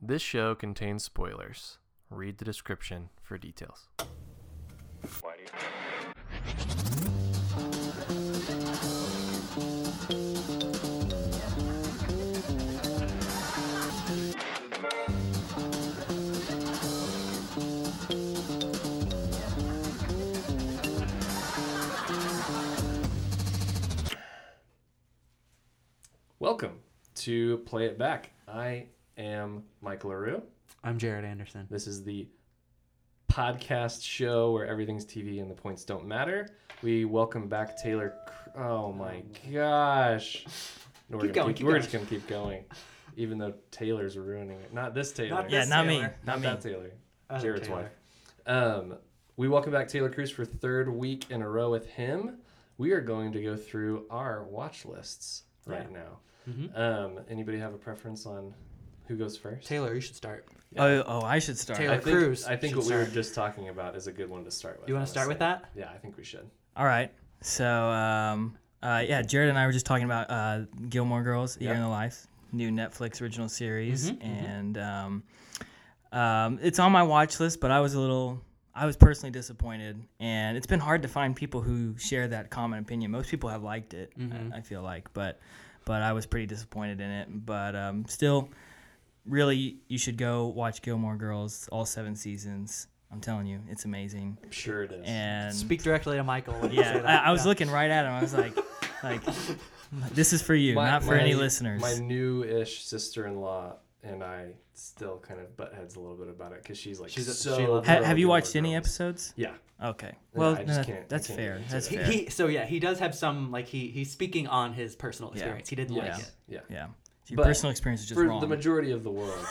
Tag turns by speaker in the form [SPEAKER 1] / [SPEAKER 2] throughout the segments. [SPEAKER 1] This show contains spoilers. Read the description for details. Welcome to Play It Back. I am Mike LaRue.
[SPEAKER 2] I'm Jared Anderson.
[SPEAKER 1] This is the podcast show where everything's TV and the points don't matter. We welcome back Taylor. Cr- oh my gosh. No, we're
[SPEAKER 2] Keep
[SPEAKER 1] gonna
[SPEAKER 2] going,
[SPEAKER 1] keep-
[SPEAKER 2] keep
[SPEAKER 1] we're
[SPEAKER 2] going.
[SPEAKER 1] just going to keep going, even though Taylor's ruining it. Not this Taylor.
[SPEAKER 2] Not
[SPEAKER 3] Yeah,
[SPEAKER 2] this
[SPEAKER 3] not me.
[SPEAKER 2] Taylor.
[SPEAKER 1] Not
[SPEAKER 3] Not me.
[SPEAKER 1] that Taylor.
[SPEAKER 2] Other
[SPEAKER 1] Jared's
[SPEAKER 2] Taylor.
[SPEAKER 1] wife. Um, we welcome back Taylor Cruz for third week in a row with him. We are going to go through our watch lists right now.
[SPEAKER 2] Mm-hmm.
[SPEAKER 1] Um, anybody have a preference on who goes first?
[SPEAKER 2] Taylor, you should start.
[SPEAKER 3] Oh, oh, I should start.
[SPEAKER 2] Taylor.
[SPEAKER 1] I think,
[SPEAKER 2] Cruz
[SPEAKER 1] I think
[SPEAKER 2] should
[SPEAKER 1] what we were
[SPEAKER 2] start.
[SPEAKER 1] just talking about is a good one to start with.
[SPEAKER 2] You want to start with that?
[SPEAKER 1] Yeah, I think we should.
[SPEAKER 3] All right. So, um, uh, yeah, Jared and I were just talking about uh, Gilmore Girls, A Year in the Life, new Netflix original series, and um, um, it's on my watch list. But I was a little, I was personally disappointed, and it's been hard to find people who share that common opinion. Most people have liked it, I- I, feel like, but but I was pretty disappointed in it. But um, still, really, you should go watch Gilmore Girls, all seven seasons. I'm telling you, it's amazing.
[SPEAKER 1] I'm sure it is.
[SPEAKER 3] And
[SPEAKER 2] Speak directly to Michael. when you say
[SPEAKER 3] yeah,
[SPEAKER 2] that.
[SPEAKER 3] I, I was
[SPEAKER 2] Yeah.
[SPEAKER 3] looking right at him. I was like, like, this is for you,
[SPEAKER 1] My-
[SPEAKER 3] not for any
[SPEAKER 1] my-
[SPEAKER 3] listeners.
[SPEAKER 1] My new-ish sister-in-law and I still kind of butt heads a little bit about it because she's like
[SPEAKER 2] She's a-
[SPEAKER 1] so.
[SPEAKER 2] she loves
[SPEAKER 3] Ha-
[SPEAKER 1] pro
[SPEAKER 3] have you
[SPEAKER 1] Gilmore
[SPEAKER 3] watched any
[SPEAKER 1] Girls.
[SPEAKER 3] episodes?
[SPEAKER 1] Yeah,
[SPEAKER 3] Okay.
[SPEAKER 1] No,
[SPEAKER 3] Well,
[SPEAKER 1] I
[SPEAKER 3] no,
[SPEAKER 1] just can't-
[SPEAKER 3] that's
[SPEAKER 1] I can't
[SPEAKER 3] fair.
[SPEAKER 1] get
[SPEAKER 3] That's
[SPEAKER 1] into
[SPEAKER 3] fair.
[SPEAKER 2] He, he- so yeah, he does have some like he he's speaking on his personal
[SPEAKER 3] Yeah.
[SPEAKER 2] experience. He didn't
[SPEAKER 1] Yes.
[SPEAKER 2] like it.
[SPEAKER 1] yeah.
[SPEAKER 3] yeah. So your
[SPEAKER 1] But
[SPEAKER 3] personal experience is just
[SPEAKER 1] For
[SPEAKER 3] wrong.
[SPEAKER 1] the majority of the world,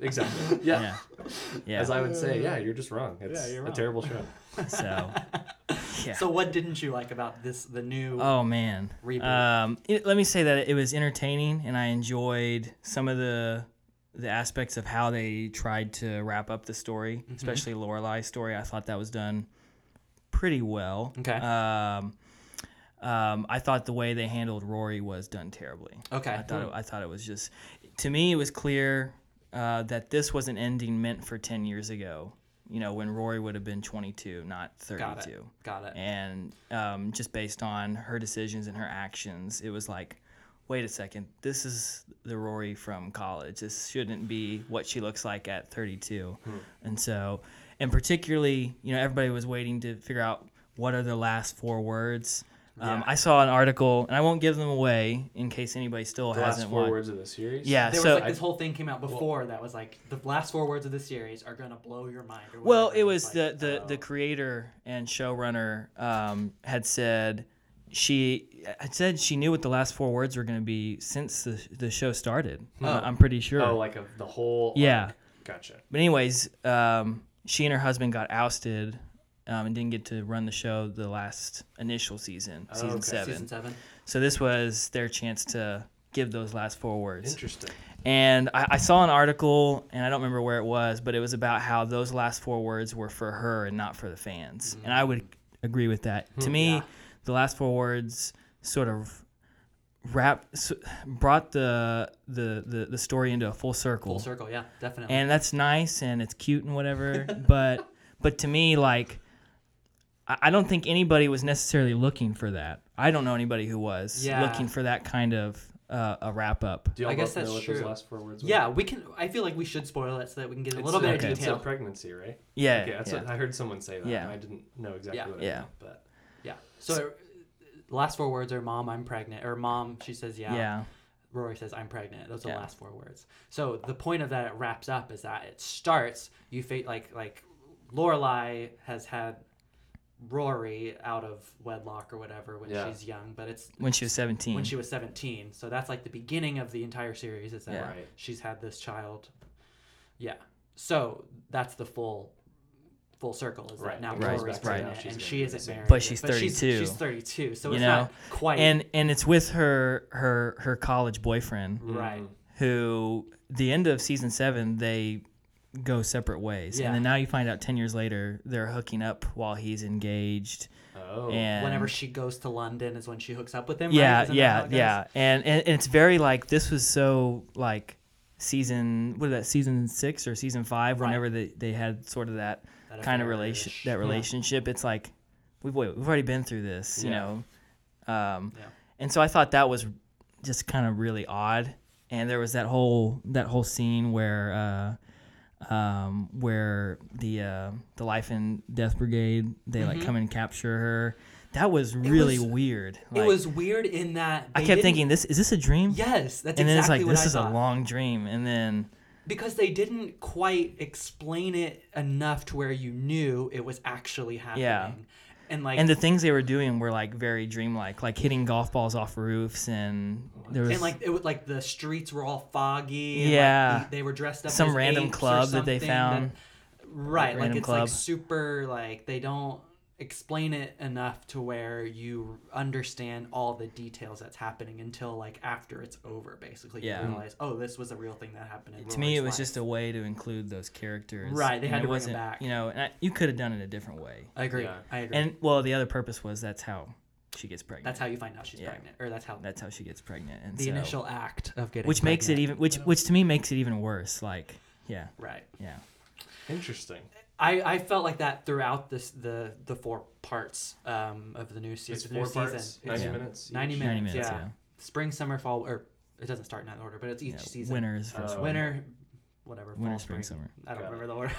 [SPEAKER 1] exactly. Yeah.
[SPEAKER 3] yeah. Yeah.
[SPEAKER 1] As I would say, yeah, you're just wrong. It's
[SPEAKER 2] you're
[SPEAKER 1] a
[SPEAKER 2] wrong.
[SPEAKER 1] terrible show.
[SPEAKER 3] so. Yeah.
[SPEAKER 2] So what didn't you like about this the new
[SPEAKER 3] Oh man.
[SPEAKER 2] Reboot.
[SPEAKER 3] Um, it, let me say that it was entertaining, and I enjoyed some of the the aspects of how they tried to wrap up the story,
[SPEAKER 1] Mm-hmm.
[SPEAKER 3] especially Lorelai's story. I thought that was done pretty well.
[SPEAKER 2] Okay.
[SPEAKER 3] Um, um, I thought the way they handled Rory was done terribly.
[SPEAKER 2] Okay.
[SPEAKER 3] I thought it, I thought it was just to me it was clear uh, that this was an ending meant for ten years ago. You know when Rory would have been twenty two, not thirty two
[SPEAKER 2] Got it. Got it.
[SPEAKER 3] and um, just based on her decisions and her actions, it was like, wait a second, this is the Rory from college. This shouldn't be what she looks like at 32.
[SPEAKER 1] Hmm.
[SPEAKER 3] And so, and particularly, you know, everybody was waiting to figure out what are the last four words. Um, I saw an article, and I won't give them away in case anybody still
[SPEAKER 1] The last
[SPEAKER 3] hasn't
[SPEAKER 1] four
[SPEAKER 3] watched.
[SPEAKER 1] words of the series.
[SPEAKER 3] Yeah,
[SPEAKER 2] There
[SPEAKER 3] so
[SPEAKER 2] was like this whole thing came out before that was like the last four words of the series are gonna blow your mind. Or
[SPEAKER 3] Well,
[SPEAKER 2] whatever.
[SPEAKER 3] it
[SPEAKER 2] And
[SPEAKER 3] was
[SPEAKER 2] it's
[SPEAKER 3] the
[SPEAKER 2] like, um,
[SPEAKER 3] the, the creator and showrunner um, had said she had said she knew what the last four words were going to be since the the show started.
[SPEAKER 2] Hmm.
[SPEAKER 3] Uh, I'm pretty sure.
[SPEAKER 1] Oh, like a, the whole. arc.
[SPEAKER 3] Yeah.
[SPEAKER 1] Gotcha.
[SPEAKER 3] But anyways, um, she and her husband got ousted um, and didn't get to run the show the last initial season, season
[SPEAKER 1] okay.
[SPEAKER 3] seven.
[SPEAKER 2] Oh, season seven.
[SPEAKER 3] So this was their chance to give those last four words.
[SPEAKER 1] Interesting.
[SPEAKER 3] And I, I saw an article, and I don't remember where it was, but it was about how those last four words were for her and not for the fans. And I would agree with that. to me, the last four words sort of wrapped, s brought the, the the the story into a full circle.
[SPEAKER 2] Full circle, yeah, definitely.
[SPEAKER 3] And that's nice, and it's cute and whatever. but but to me, like, I, I don't think anybody was necessarily looking for that. I don't know anybody who was
[SPEAKER 2] Yeah.
[SPEAKER 3] looking for that kind of uh, a wrap up.
[SPEAKER 1] Do y'all
[SPEAKER 2] I guess
[SPEAKER 1] both
[SPEAKER 2] that's
[SPEAKER 1] know what those
[SPEAKER 2] true.
[SPEAKER 1] last four words? were?
[SPEAKER 2] yeah, we can. I feel like we should spoil it so that we can get a
[SPEAKER 1] It's
[SPEAKER 2] little
[SPEAKER 1] a-
[SPEAKER 2] bit
[SPEAKER 3] okay.
[SPEAKER 2] of
[SPEAKER 1] It's a
[SPEAKER 2] detail.
[SPEAKER 1] pregnancy, right?
[SPEAKER 3] Yeah.
[SPEAKER 1] Okay, that's
[SPEAKER 3] yeah.
[SPEAKER 1] what I heard someone say that.
[SPEAKER 3] Yeah.
[SPEAKER 1] I didn't know exactly
[SPEAKER 2] Yeah.
[SPEAKER 1] what it
[SPEAKER 3] Yeah.
[SPEAKER 1] meant, but
[SPEAKER 2] Yeah. So, uh, last four words are "Mom, I'm pregnant," or "Mom," she says, "Yeah."
[SPEAKER 3] yeah.
[SPEAKER 2] Rory says, "I'm pregnant." Those are
[SPEAKER 3] Yeah.
[SPEAKER 2] the last four words. So the point of that it wraps up is that it starts. You fa- like like Lorelai has had Rory out of wedlock or whatever when
[SPEAKER 1] Yeah.
[SPEAKER 2] she's young, but it's
[SPEAKER 3] When she was 17.
[SPEAKER 2] when she was 17. So that's like the beginning of the entire series is that
[SPEAKER 3] Yeah.
[SPEAKER 1] Right.
[SPEAKER 2] she's had this child. Yeah. So that's the full full circle is
[SPEAKER 1] Right.
[SPEAKER 2] that now
[SPEAKER 1] It goes back
[SPEAKER 2] Rory's
[SPEAKER 1] to
[SPEAKER 2] pregnant
[SPEAKER 1] now she's
[SPEAKER 2] and
[SPEAKER 1] gonna
[SPEAKER 2] she
[SPEAKER 1] be
[SPEAKER 2] isn't
[SPEAKER 1] soon.
[SPEAKER 2] married.
[SPEAKER 3] But she's
[SPEAKER 2] She's,
[SPEAKER 3] 32,
[SPEAKER 2] 32. So
[SPEAKER 3] you
[SPEAKER 2] it's
[SPEAKER 3] know?
[SPEAKER 2] not quite
[SPEAKER 3] and and it's with her her her college boyfriend
[SPEAKER 2] right.
[SPEAKER 3] who the end of season 7 they go separate ways.
[SPEAKER 2] Yeah.
[SPEAKER 3] And then now you find out 10 years later they're hooking up while he's engaged
[SPEAKER 1] oh,
[SPEAKER 3] and
[SPEAKER 2] Whenever she goes to London is when she hooks up with him. right?
[SPEAKER 3] yeah,
[SPEAKER 2] Isn't that how
[SPEAKER 3] yeah,
[SPEAKER 2] it goes?
[SPEAKER 3] yeah, and, and and it's very like this was so like season what is that season six or season five
[SPEAKER 2] Right.
[SPEAKER 3] whenever they, they had sort of that,
[SPEAKER 2] That
[SPEAKER 3] kind of
[SPEAKER 2] affair-ish.
[SPEAKER 3] relation
[SPEAKER 2] Yeah.
[SPEAKER 3] that relationship it's like we've, we've already been through this you
[SPEAKER 1] Yeah.
[SPEAKER 3] know um,
[SPEAKER 2] Yeah.
[SPEAKER 3] and so i thought that was just kind of really odd and there was that whole that whole scene where uh, um, where the uh, the life and death brigade they like come and capture her that was really
[SPEAKER 2] Mm-hmm. was-
[SPEAKER 3] weird
[SPEAKER 2] it
[SPEAKER 3] Like,
[SPEAKER 2] was weird in that
[SPEAKER 3] i
[SPEAKER 2] they
[SPEAKER 3] kept
[SPEAKER 2] didn't-
[SPEAKER 3] thinking this is this a dream
[SPEAKER 2] Yes, that's
[SPEAKER 3] and then
[SPEAKER 2] exactly
[SPEAKER 3] it's like
[SPEAKER 2] what
[SPEAKER 3] this
[SPEAKER 2] I
[SPEAKER 3] is
[SPEAKER 2] thought.
[SPEAKER 3] a long dream and then
[SPEAKER 2] because they didn't quite explain it enough to where you knew it was actually happening. And like
[SPEAKER 3] and the things they were doing were like very dreamlike, like hitting golf balls off roofs, and there was
[SPEAKER 2] and like it was like the streets were all foggy. and, like,
[SPEAKER 3] Yeah.
[SPEAKER 2] the- they were dressed up.
[SPEAKER 3] Some
[SPEAKER 2] as
[SPEAKER 3] random
[SPEAKER 2] apes or
[SPEAKER 3] club that they
[SPEAKER 2] something
[SPEAKER 3] found.
[SPEAKER 2] right, like
[SPEAKER 3] Random
[SPEAKER 2] it's
[SPEAKER 3] club.
[SPEAKER 2] like super like they don't explain it enough to where you understand all the details that's happening until like after it's over. Basically,
[SPEAKER 3] Yeah.
[SPEAKER 2] you realize oh this was a real thing that happened. In
[SPEAKER 3] to me it
[SPEAKER 2] Rory's
[SPEAKER 3] was
[SPEAKER 2] life.
[SPEAKER 3] just a way to include those characters.
[SPEAKER 2] Right, they
[SPEAKER 3] and
[SPEAKER 2] had to bring
[SPEAKER 3] it
[SPEAKER 2] 'em
[SPEAKER 3] wasn't-
[SPEAKER 2] back.
[SPEAKER 3] You know, and I, you could have done it a different way.
[SPEAKER 2] I agree.
[SPEAKER 1] Yeah.
[SPEAKER 2] I agree.
[SPEAKER 3] And well, the other purpose was that's how she gets pregnant.
[SPEAKER 2] that's how you find out she's
[SPEAKER 3] Yeah.
[SPEAKER 2] pregnant, or that's how
[SPEAKER 3] that's how she gets pregnant, and
[SPEAKER 2] the
[SPEAKER 3] so,
[SPEAKER 2] initial act of getting
[SPEAKER 3] which makes it
[SPEAKER 2] pregnant.
[SPEAKER 3] even which which to me makes it even worse. Like yeah,
[SPEAKER 2] right.
[SPEAKER 3] yeah,
[SPEAKER 1] Interesting.
[SPEAKER 2] I, I felt like that throughout this the the four parts um, of the new
[SPEAKER 1] It's
[SPEAKER 2] series. The new
[SPEAKER 1] four parts,
[SPEAKER 2] season. It's
[SPEAKER 1] ninety
[SPEAKER 3] Yeah.
[SPEAKER 1] minutes.
[SPEAKER 2] 90
[SPEAKER 1] each.
[SPEAKER 2] minutes.
[SPEAKER 3] 90 minutes,
[SPEAKER 2] yeah.
[SPEAKER 3] yeah.
[SPEAKER 2] Spring, summer, fall, or it doesn't start in that order, but it's each
[SPEAKER 3] yeah.
[SPEAKER 2] season. Uh,
[SPEAKER 3] winter is
[SPEAKER 1] Oh.
[SPEAKER 3] first one.
[SPEAKER 2] winter, whatever.
[SPEAKER 3] Winter,
[SPEAKER 2] fall,
[SPEAKER 3] spring, summer.
[SPEAKER 2] I don't
[SPEAKER 1] Got
[SPEAKER 2] remember the order.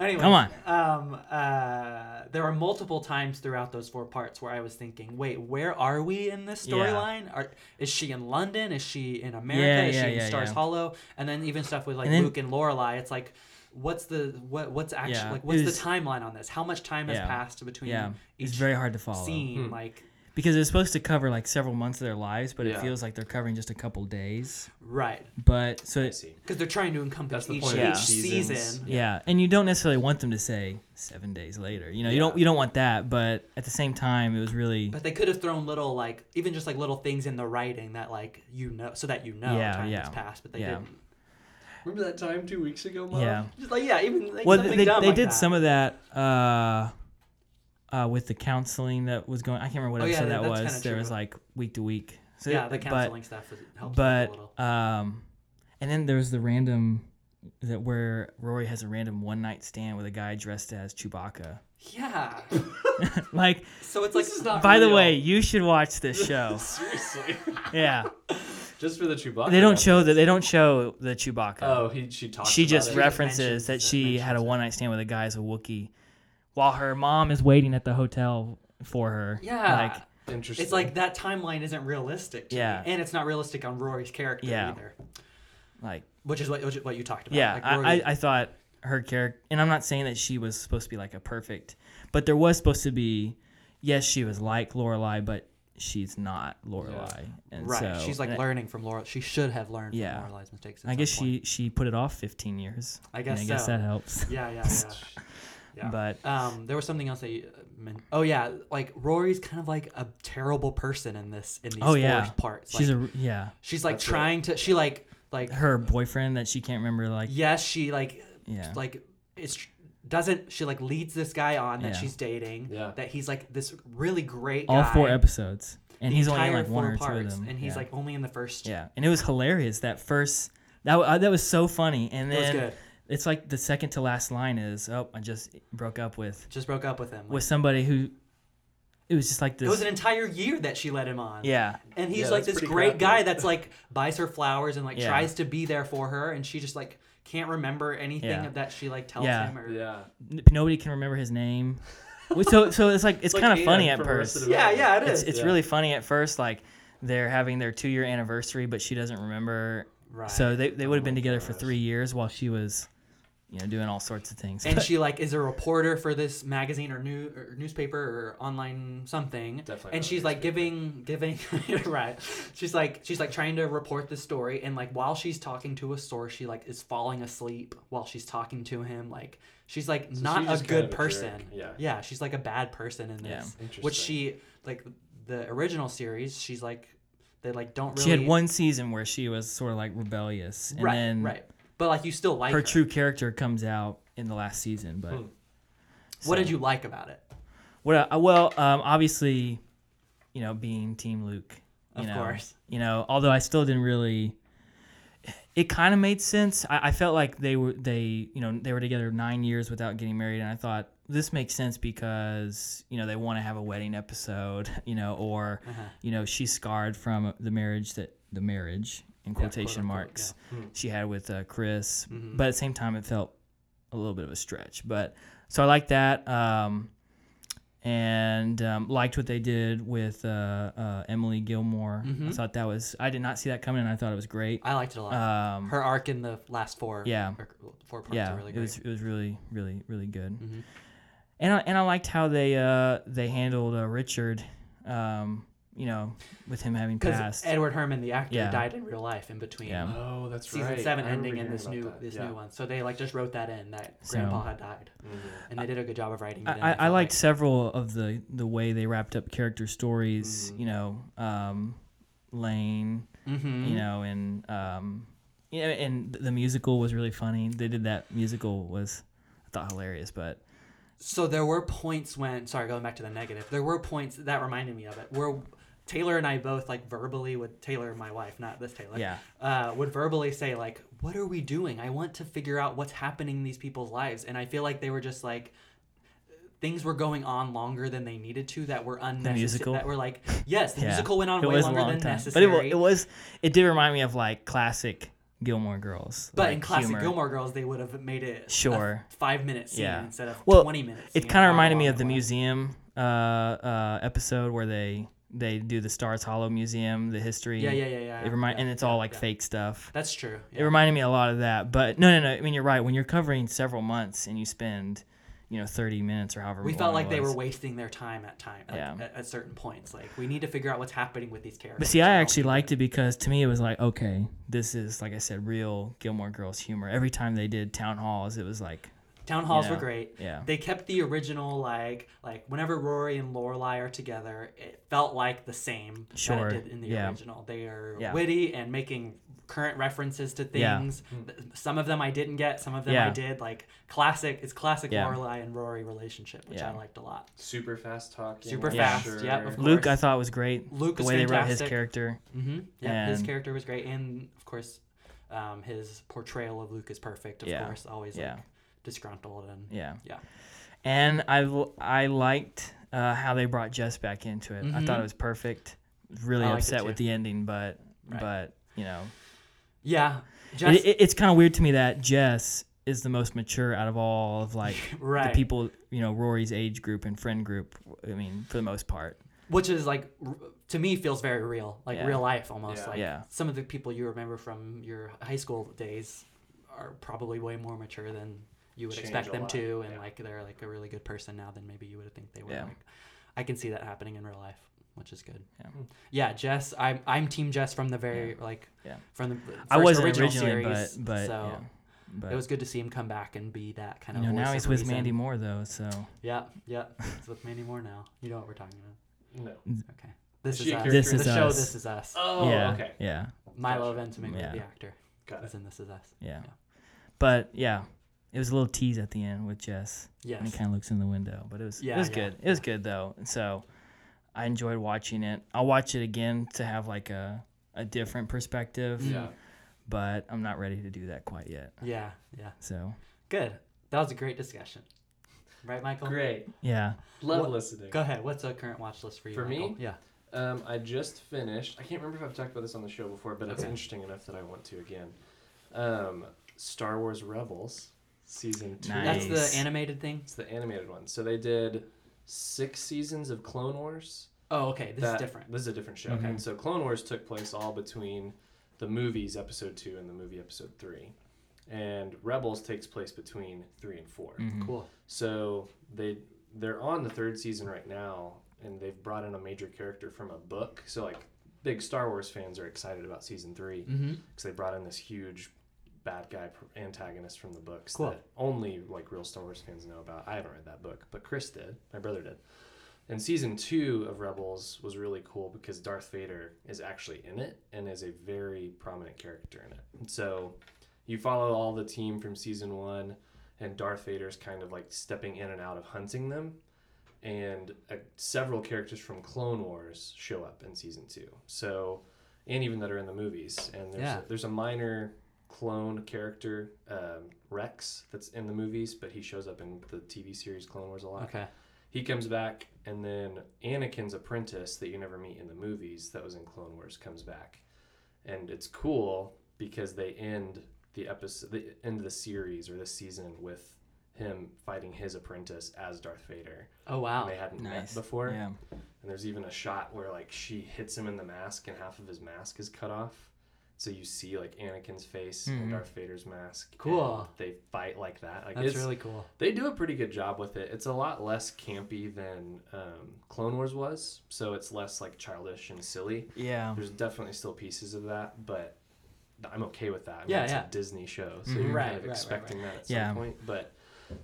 [SPEAKER 2] anyway,
[SPEAKER 3] Come on.
[SPEAKER 2] Um, uh, there were multiple times throughout those four parts where I was thinking, "Wait, where are we in this
[SPEAKER 3] Yeah.
[SPEAKER 2] storyline? Are Is she in London? Is she in America?
[SPEAKER 3] Yeah,
[SPEAKER 2] is
[SPEAKER 3] yeah,
[SPEAKER 2] she in
[SPEAKER 3] yeah,
[SPEAKER 2] Stars
[SPEAKER 3] yeah.
[SPEAKER 2] Hollow?" And then even stuff with like
[SPEAKER 3] And then-
[SPEAKER 2] Luke and Lorelai. It's like, what's the what? What's actually
[SPEAKER 3] Yeah,
[SPEAKER 2] like?
[SPEAKER 3] it
[SPEAKER 2] What's
[SPEAKER 3] was-
[SPEAKER 2] the timeline on this? How much time has
[SPEAKER 3] Yeah.
[SPEAKER 2] passed between
[SPEAKER 3] Yeah,
[SPEAKER 2] each
[SPEAKER 3] it's very hard to follow
[SPEAKER 1] Hmm.
[SPEAKER 2] scene? Like,
[SPEAKER 3] because it's supposed to cover like several months of their lives, but it
[SPEAKER 1] Yeah.
[SPEAKER 3] feels like they're covering just a couple days.
[SPEAKER 2] right?
[SPEAKER 3] But so
[SPEAKER 1] I
[SPEAKER 3] it,
[SPEAKER 1] see.
[SPEAKER 2] Because they're trying to
[SPEAKER 1] That's
[SPEAKER 2] encompass
[SPEAKER 1] the
[SPEAKER 2] each,
[SPEAKER 1] point
[SPEAKER 3] of
[SPEAKER 2] each
[SPEAKER 1] each
[SPEAKER 2] season.
[SPEAKER 1] season's-
[SPEAKER 3] Yeah, and you don't necessarily want them to say seven days later. You know, you
[SPEAKER 1] Yeah.
[SPEAKER 3] don't you don't want that, but at the same time, it was really
[SPEAKER 2] But they could have thrown little, like even just like little things in the writing that like you know, so that you know
[SPEAKER 3] Yeah,
[SPEAKER 2] time
[SPEAKER 3] yeah.
[SPEAKER 2] has passed. But they
[SPEAKER 3] Yeah.
[SPEAKER 2] didn't.
[SPEAKER 1] Remember that time two weeks ago, Mom?
[SPEAKER 3] yeah.
[SPEAKER 2] Just like yeah, even like
[SPEAKER 3] Well,
[SPEAKER 2] something
[SPEAKER 3] they, they
[SPEAKER 2] dumb like
[SPEAKER 3] did
[SPEAKER 2] that.
[SPEAKER 3] some of that uh, uh, with the counseling that was going. I can't remember what
[SPEAKER 2] Oh, yeah,
[SPEAKER 3] episode
[SPEAKER 2] that-
[SPEAKER 3] that
[SPEAKER 2] that's
[SPEAKER 3] was.
[SPEAKER 2] kinda
[SPEAKER 3] There
[SPEAKER 2] true.
[SPEAKER 3] was like week to week. So
[SPEAKER 2] yeah, the
[SPEAKER 3] but-
[SPEAKER 2] counseling stuff was, helps a
[SPEAKER 3] But,
[SPEAKER 2] little.
[SPEAKER 3] um, and then there's the random that where Rory has a random one night stand with a guy dressed as Chewbacca.
[SPEAKER 2] Yeah,
[SPEAKER 3] Like,
[SPEAKER 2] so it's like
[SPEAKER 1] This is not
[SPEAKER 3] by the
[SPEAKER 1] real.
[SPEAKER 3] way, you should watch this show.
[SPEAKER 1] Seriously.
[SPEAKER 3] yeah,
[SPEAKER 1] Just for the Chewbacca.
[SPEAKER 3] they don't
[SPEAKER 1] episode.
[SPEAKER 3] show that. They don't show the Chewbacca.
[SPEAKER 1] Oh, he she talks.
[SPEAKER 3] she
[SPEAKER 1] about
[SPEAKER 3] just
[SPEAKER 1] it.
[SPEAKER 3] references
[SPEAKER 2] mentions
[SPEAKER 3] that
[SPEAKER 2] it,
[SPEAKER 3] she had a
[SPEAKER 2] mentions it.
[SPEAKER 3] one night stand with a guy as a Wookiee, while her mom is waiting at the hotel for her.
[SPEAKER 2] yeah.
[SPEAKER 3] like
[SPEAKER 1] Interesting.
[SPEAKER 2] it's like that timeline isn't realistic. To
[SPEAKER 3] Yeah.
[SPEAKER 2] me. and it's not realistic on Rory's character
[SPEAKER 3] Yeah.
[SPEAKER 2] either,
[SPEAKER 3] like
[SPEAKER 2] which is what which is what you talked about.
[SPEAKER 3] yeah.
[SPEAKER 2] like
[SPEAKER 3] I,
[SPEAKER 2] Rory-
[SPEAKER 3] I I thought her character, and I'm not saying that she was supposed to be like a perfect, but there was supposed to be. Yes, she was like Lorelai, but she's not Lorelai, and
[SPEAKER 2] right.
[SPEAKER 3] so
[SPEAKER 2] She's like
[SPEAKER 3] and I-
[SPEAKER 2] learning from Laura. She should have learned
[SPEAKER 3] Yeah.
[SPEAKER 2] from Lorelai's mistakes. at
[SPEAKER 3] I
[SPEAKER 2] some
[SPEAKER 3] guess
[SPEAKER 2] point.
[SPEAKER 3] she she put it off 15 years.
[SPEAKER 2] I
[SPEAKER 3] and
[SPEAKER 2] guess
[SPEAKER 3] I guess
[SPEAKER 2] so.
[SPEAKER 3] that helps.
[SPEAKER 2] Yeah, yeah, yeah. yeah.
[SPEAKER 3] But
[SPEAKER 2] Um, there was something else that you uh, meant. Oh yeah, like Rory's kind of like a terrible person in this in these
[SPEAKER 3] oh
[SPEAKER 2] four
[SPEAKER 3] yeah,
[SPEAKER 2] parts. Like,
[SPEAKER 3] she's a yeah.
[SPEAKER 2] she's like
[SPEAKER 1] That's it.
[SPEAKER 2] trying to. She like like
[SPEAKER 3] Her boyfriend that she can't remember like
[SPEAKER 2] yes, she like
[SPEAKER 3] yeah.
[SPEAKER 2] like it's doesn't she like leads this guy on that
[SPEAKER 3] Yeah.
[SPEAKER 2] she's dating
[SPEAKER 1] Yeah.
[SPEAKER 2] that he's like this really great
[SPEAKER 3] all
[SPEAKER 2] guy,
[SPEAKER 3] four episodes, and
[SPEAKER 2] the
[SPEAKER 3] he's only in
[SPEAKER 2] entire
[SPEAKER 3] like one
[SPEAKER 2] four
[SPEAKER 3] or two of
[SPEAKER 2] parts,
[SPEAKER 3] them.
[SPEAKER 2] and he's
[SPEAKER 3] yeah.
[SPEAKER 2] like only in the first
[SPEAKER 3] yeah, and it was hilarious that first. That wa- uh, that was so funny, and
[SPEAKER 2] It was
[SPEAKER 3] then
[SPEAKER 2] good.
[SPEAKER 3] it's like the second to last line is, "Oh, I just broke up with
[SPEAKER 2] just broke up with him like,
[SPEAKER 3] with somebody who." It was just like this.
[SPEAKER 2] it was an entire year that she led him on
[SPEAKER 3] yeah,
[SPEAKER 2] and he's
[SPEAKER 1] Yeah,
[SPEAKER 2] like
[SPEAKER 1] that's
[SPEAKER 2] this
[SPEAKER 1] pretty
[SPEAKER 2] great
[SPEAKER 1] crappy.
[SPEAKER 2] guy that's like buys her flowers and like
[SPEAKER 3] Yeah.
[SPEAKER 2] tries to be there for her and she just like can't remember anything
[SPEAKER 3] Yeah.
[SPEAKER 2] that she like tells
[SPEAKER 3] Yeah.
[SPEAKER 2] him or
[SPEAKER 1] Yeah.
[SPEAKER 3] N- nobody can remember his name. Well, so so it's like it's,
[SPEAKER 1] like
[SPEAKER 3] kind of
[SPEAKER 1] Ian
[SPEAKER 3] funny at
[SPEAKER 1] from
[SPEAKER 3] first.
[SPEAKER 1] Arrested
[SPEAKER 2] yeah yeah it
[SPEAKER 3] It's
[SPEAKER 2] is
[SPEAKER 3] it's
[SPEAKER 1] yeah.
[SPEAKER 3] really funny at first, like. They're having their two-year anniversary, but she doesn't remember.
[SPEAKER 2] right Oh
[SPEAKER 3] So they, they would have been together for
[SPEAKER 1] gosh.
[SPEAKER 3] three years while she was, you know, doing all sorts of things.
[SPEAKER 2] and
[SPEAKER 3] But-
[SPEAKER 2] she like is a reporter for this magazine or new or newspaper or online something
[SPEAKER 1] Definitely
[SPEAKER 2] and
[SPEAKER 1] not
[SPEAKER 2] she's like giving giving right she's like she's like trying to report the story and like while she's talking to a source she like is falling asleep while she's talking to him like she's like
[SPEAKER 1] So
[SPEAKER 2] not
[SPEAKER 1] she's just
[SPEAKER 2] a
[SPEAKER 1] kind
[SPEAKER 2] good
[SPEAKER 1] of a jerk.
[SPEAKER 2] person
[SPEAKER 1] Yeah.
[SPEAKER 2] yeah she's like a bad person in
[SPEAKER 3] Yeah.
[SPEAKER 2] this which
[SPEAKER 1] Interesting.
[SPEAKER 2] she like the original series she's like they like don't really
[SPEAKER 3] She had one season where she was sort of like rebellious, and
[SPEAKER 2] right
[SPEAKER 3] then
[SPEAKER 2] right but like you still like
[SPEAKER 3] her
[SPEAKER 2] her,
[SPEAKER 3] true character comes out in the last season. But
[SPEAKER 1] Hmm.
[SPEAKER 2] what
[SPEAKER 3] so-
[SPEAKER 2] did you like about it
[SPEAKER 3] What? I, well, um, obviously, you know, being Team Luke. You
[SPEAKER 2] Of
[SPEAKER 3] know,
[SPEAKER 2] course.
[SPEAKER 3] You know, although I still didn't really. it kind of made sense. I, I felt like they were they you know they were together nine years without getting married, and I thought this makes sense because you know they want to have a wedding episode, you know, or
[SPEAKER 2] Uh-huh.
[SPEAKER 3] you know she's scarred from the marriage that the marriage in quotation
[SPEAKER 2] unquote,
[SPEAKER 3] marks she had with uh, Chris,
[SPEAKER 2] Mm-hmm.
[SPEAKER 3] but at the same time it felt a little bit of a stretch. But so I like that. Um, and um, liked what they did with uh, uh, Emily Gilmore. I thought that was I did not see that coming, and I thought it was great.
[SPEAKER 2] Mm-hmm. I liked it a lot.
[SPEAKER 3] Um,
[SPEAKER 2] Her arc in the last four,
[SPEAKER 3] Yeah.
[SPEAKER 2] or four parts
[SPEAKER 3] yeah,
[SPEAKER 2] are really great.
[SPEAKER 3] it
[SPEAKER 2] Mm-hmm.
[SPEAKER 3] was it was really really really good. And I, and I liked how they uh, they handled uh, Richard, um, you know, with him having
[SPEAKER 2] Because
[SPEAKER 3] passed.
[SPEAKER 2] Edward Herman, the actor,
[SPEAKER 3] Yeah.
[SPEAKER 2] died in real life in between uh,
[SPEAKER 3] Yeah.
[SPEAKER 1] Oh, that's
[SPEAKER 2] season
[SPEAKER 1] right.
[SPEAKER 2] seven
[SPEAKER 1] I remember
[SPEAKER 2] ending and
[SPEAKER 1] hearing
[SPEAKER 2] this
[SPEAKER 1] about
[SPEAKER 2] new
[SPEAKER 1] that.
[SPEAKER 2] this
[SPEAKER 1] Yeah.
[SPEAKER 2] new one. So they like just wrote that in that Grandpa had died,
[SPEAKER 1] Mm-hmm.
[SPEAKER 2] and they did a good job of writing it. in,
[SPEAKER 3] I, I, I
[SPEAKER 2] felt
[SPEAKER 3] liked several of the the way they wrapped up character stories.
[SPEAKER 2] Mm-hmm.
[SPEAKER 3] You know, um, Lane.
[SPEAKER 2] Mm-hmm.
[SPEAKER 3] You know, and um, you know, and th- the musical was really funny. They did that musical was I thought hilarious, but
[SPEAKER 2] so there were points when sorry going back to the negative there were points that reminded me of it where taylor and i both like verbally would taylor my wife not this taylor
[SPEAKER 3] Yeah.
[SPEAKER 2] uh, would verbally say like what are we doing i want to figure out what's happening in these people's lives and i feel like they were just like things were going on longer than they needed to that were unnecessary
[SPEAKER 3] musical?
[SPEAKER 2] that were like yes the
[SPEAKER 3] yeah,
[SPEAKER 2] musical went on
[SPEAKER 3] it
[SPEAKER 2] way
[SPEAKER 3] was a
[SPEAKER 2] longer
[SPEAKER 3] long
[SPEAKER 2] than
[SPEAKER 3] time.
[SPEAKER 2] necessary
[SPEAKER 3] But it, wa- it was it did remind me of like classic Gilmore Girls.
[SPEAKER 2] But
[SPEAKER 3] like
[SPEAKER 2] in classic
[SPEAKER 3] humor.
[SPEAKER 2] Gilmore uh, Girls, they would have made it
[SPEAKER 3] Sure.
[SPEAKER 2] five minute scene
[SPEAKER 3] Yeah.
[SPEAKER 2] instead of
[SPEAKER 3] Well,
[SPEAKER 2] twenty minutes.
[SPEAKER 3] It kind of reminded me of the museum uh, uh, episode where they they do the Stars Hollow Museum, the history.
[SPEAKER 2] Yeah, yeah, yeah, yeah,
[SPEAKER 3] It remind
[SPEAKER 2] yeah,
[SPEAKER 3] and it's all
[SPEAKER 2] yeah,
[SPEAKER 3] like
[SPEAKER 2] yeah.
[SPEAKER 3] fake stuff.
[SPEAKER 2] That's true.
[SPEAKER 3] It reminded me a lot of that. But no, no, no. I mean, you're right. When you're covering several months and you spend, you know, 30 minutes or however.
[SPEAKER 2] we felt
[SPEAKER 3] long it
[SPEAKER 2] like they
[SPEAKER 3] was.
[SPEAKER 2] were wasting their time at time like,
[SPEAKER 3] Yeah.
[SPEAKER 2] at, at certain points like we need to figure out what's happening with these characters
[SPEAKER 3] But see, I
[SPEAKER 2] you know?
[SPEAKER 3] actually liked it because to me it was like, okay, this is like I said, real Gilmore Girls humor. Every time they did town halls, it was like,
[SPEAKER 2] town halls
[SPEAKER 3] you know,
[SPEAKER 2] were great
[SPEAKER 3] yeah.
[SPEAKER 2] they kept the original like like whenever rory and lorelei are together it felt like the same
[SPEAKER 3] Sure,
[SPEAKER 2] that it did in the
[SPEAKER 3] yeah.
[SPEAKER 2] original they are
[SPEAKER 3] Yeah.
[SPEAKER 2] witty and making current references to
[SPEAKER 3] Yeah.
[SPEAKER 2] things Th- some of them i didn't get some of them i
[SPEAKER 3] Yeah.
[SPEAKER 2] did like classic it's classic
[SPEAKER 3] Yeah.
[SPEAKER 2] lorelei and rory relationship which
[SPEAKER 3] Yeah.
[SPEAKER 2] i liked a lot
[SPEAKER 1] Super fast talking.
[SPEAKER 2] Super
[SPEAKER 1] I'm
[SPEAKER 2] fast, yep, of course.
[SPEAKER 3] Luke, I thought was great.
[SPEAKER 2] Luke
[SPEAKER 3] the
[SPEAKER 2] was
[SPEAKER 3] way they wrote his
[SPEAKER 2] fantastic.
[SPEAKER 3] character.
[SPEAKER 2] Mm-hmm. Yeah, his
[SPEAKER 3] And-
[SPEAKER 2] character was great, and of course, um, his portrayal of Luke is perfect. Of
[SPEAKER 3] Yeah,
[SPEAKER 2] course, always
[SPEAKER 3] yeah.
[SPEAKER 2] like disgruntled and
[SPEAKER 3] Yeah.
[SPEAKER 2] yeah.
[SPEAKER 3] And I, l- I liked uh, how they brought Jess back into it. I thought it was perfect. Really
[SPEAKER 2] Mm-hmm. I liked it
[SPEAKER 3] upset
[SPEAKER 2] too.
[SPEAKER 3] with the ending, but but you know,
[SPEAKER 2] yeah. Just
[SPEAKER 3] it, it, it's kind of weird to me that Jess is the most mature out of all of like
[SPEAKER 2] Right.
[SPEAKER 3] the people you know Rory's age group and friend group. I mean, for the most part,
[SPEAKER 2] which is like r- to me feels very real, like
[SPEAKER 3] Yeah.
[SPEAKER 2] real life almost.
[SPEAKER 1] Yeah.
[SPEAKER 2] Like
[SPEAKER 3] Yeah.
[SPEAKER 2] some of the people you remember from your high school days are probably way more mature than you would
[SPEAKER 1] Change
[SPEAKER 2] expect
[SPEAKER 1] a
[SPEAKER 2] them
[SPEAKER 1] lot,
[SPEAKER 2] to, and
[SPEAKER 1] yeah.
[SPEAKER 2] like they're like a really good person now than maybe you would think they were.
[SPEAKER 3] Yeah.
[SPEAKER 2] Like, I can see that happening in real life, which is good. Yeah,
[SPEAKER 1] Hmm.
[SPEAKER 2] Jess, I'm I'm Team Jess from the very like
[SPEAKER 3] Yeah.
[SPEAKER 2] from the
[SPEAKER 3] I
[SPEAKER 2] first
[SPEAKER 3] wasn't
[SPEAKER 2] original
[SPEAKER 3] originally,
[SPEAKER 2] series,
[SPEAKER 3] but but
[SPEAKER 2] so.
[SPEAKER 3] yeah. but
[SPEAKER 2] It was good to see him come back and be that kind
[SPEAKER 3] you
[SPEAKER 2] of.
[SPEAKER 3] know
[SPEAKER 2] voice
[SPEAKER 3] now
[SPEAKER 2] of
[SPEAKER 3] he's with
[SPEAKER 2] reason.
[SPEAKER 3] Mandy Moore though, so
[SPEAKER 2] Yeah, yeah. It's with Mandy Moore now. You know what we're talking about.
[SPEAKER 1] No.
[SPEAKER 2] Okay. This
[SPEAKER 1] Is
[SPEAKER 2] is,
[SPEAKER 1] she a
[SPEAKER 2] us.
[SPEAKER 1] character This
[SPEAKER 3] in is
[SPEAKER 2] the
[SPEAKER 3] This?
[SPEAKER 2] show.
[SPEAKER 3] Us.
[SPEAKER 2] This is us.
[SPEAKER 1] Oh,
[SPEAKER 3] yeah,
[SPEAKER 1] okay.
[SPEAKER 3] yeah,
[SPEAKER 2] Milo
[SPEAKER 1] Gotcha.
[SPEAKER 2] Ventimiglia,
[SPEAKER 3] Yeah.
[SPEAKER 2] the actor,
[SPEAKER 1] Got
[SPEAKER 2] is
[SPEAKER 1] it.
[SPEAKER 2] in This Is Us.
[SPEAKER 3] yeah,
[SPEAKER 2] Yeah.
[SPEAKER 3] but yeah. It was a little tease at the end with Jess. and
[SPEAKER 2] Yes.
[SPEAKER 3] he kind of looks in the window. But it was
[SPEAKER 2] Yeah,
[SPEAKER 3] it was
[SPEAKER 2] yeah,
[SPEAKER 3] good. It was good though. And so I enjoyed watching it. I'll watch it again to have like a a different perspective.
[SPEAKER 2] Mm.
[SPEAKER 1] Yeah.
[SPEAKER 3] But I'm not ready to do that quite yet.
[SPEAKER 2] Yeah, yeah.
[SPEAKER 3] So
[SPEAKER 2] Good. That was a great discussion. Right, Michael?
[SPEAKER 1] Great.
[SPEAKER 3] yeah,
[SPEAKER 1] Love
[SPEAKER 2] What-
[SPEAKER 1] listening.
[SPEAKER 2] Go ahead. What's a current watch list for you?
[SPEAKER 1] For me?
[SPEAKER 2] Michael? Yeah.
[SPEAKER 1] Um, I just finished. I can't remember if I've talked about this on the show before, but it's
[SPEAKER 2] Okay.
[SPEAKER 1] interesting enough that I want to again. Um, Star Wars Rebels season two.
[SPEAKER 3] Nice.
[SPEAKER 2] That's the animated thing.
[SPEAKER 1] It's the animated one. So they did six seasons of Clone Wars.
[SPEAKER 2] Oh, okay. This is
[SPEAKER 1] That-
[SPEAKER 2] different. Mm-hmm.
[SPEAKER 1] This is a different show. Okay. So Clone Wars took place all between the movies episode two and the movie episode three, and Rebels takes place between three and 4
[SPEAKER 2] Cool.
[SPEAKER 1] So they they're on the third season right now, and they've brought in a major character from a book. So like big Star Wars fans are excited about season three because
[SPEAKER 2] Mm-hmm.
[SPEAKER 1] they brought in this huge bad guy pr- antagonist from the books
[SPEAKER 2] Cool.
[SPEAKER 1] that only like real Star Wars fans know about. I haven't read that book, but Chris did. My brother did. And season two of Rebels was really cool because Darth Vader is actually in it and is a very prominent character in it. And so you follow all the team from season one, and Darth Vader's kind of like stepping in and out of hunting them. And uh, several characters from Clone Wars show up in season two. So and even that are in the movies. And there's
[SPEAKER 2] Yeah.
[SPEAKER 1] a, there's a minor clone character um, Rex that's in the movies, but he shows up in the TV series Clone Wars a lot.
[SPEAKER 2] Okay.
[SPEAKER 1] He comes back, and then Anakin's apprentice that you never meet in the movies that was in Clone Wars comes back, and it's cool because they end the episode, the end of the series or the season with him fighting his apprentice as Darth Vader.
[SPEAKER 2] Oh wow.
[SPEAKER 1] They hadn't met
[SPEAKER 3] Nice.
[SPEAKER 1] before.
[SPEAKER 3] Yeah.
[SPEAKER 1] And there's even a shot where like she hits him in the mask and half of his mask is cut off. So you see like Anakin's face
[SPEAKER 3] Mhm.
[SPEAKER 1] and Darth Vader's mask.
[SPEAKER 2] Cool.
[SPEAKER 1] and They fight like that. Like
[SPEAKER 2] That's
[SPEAKER 1] it's,
[SPEAKER 2] really cool.
[SPEAKER 1] they do a pretty good job with it. It's a lot less campy than um, Clone Wars was, so it's less like childish and silly.
[SPEAKER 3] Yeah.
[SPEAKER 1] There's definitely still pieces of that, but I'm okay with that. I mean,
[SPEAKER 2] Yeah,
[SPEAKER 1] it's
[SPEAKER 2] yeah.
[SPEAKER 1] a Disney show, so
[SPEAKER 3] Mhm.
[SPEAKER 1] you're
[SPEAKER 2] Right,
[SPEAKER 1] kind of
[SPEAKER 2] right, right,
[SPEAKER 1] expecting that at
[SPEAKER 3] Yeah.
[SPEAKER 1] some point. But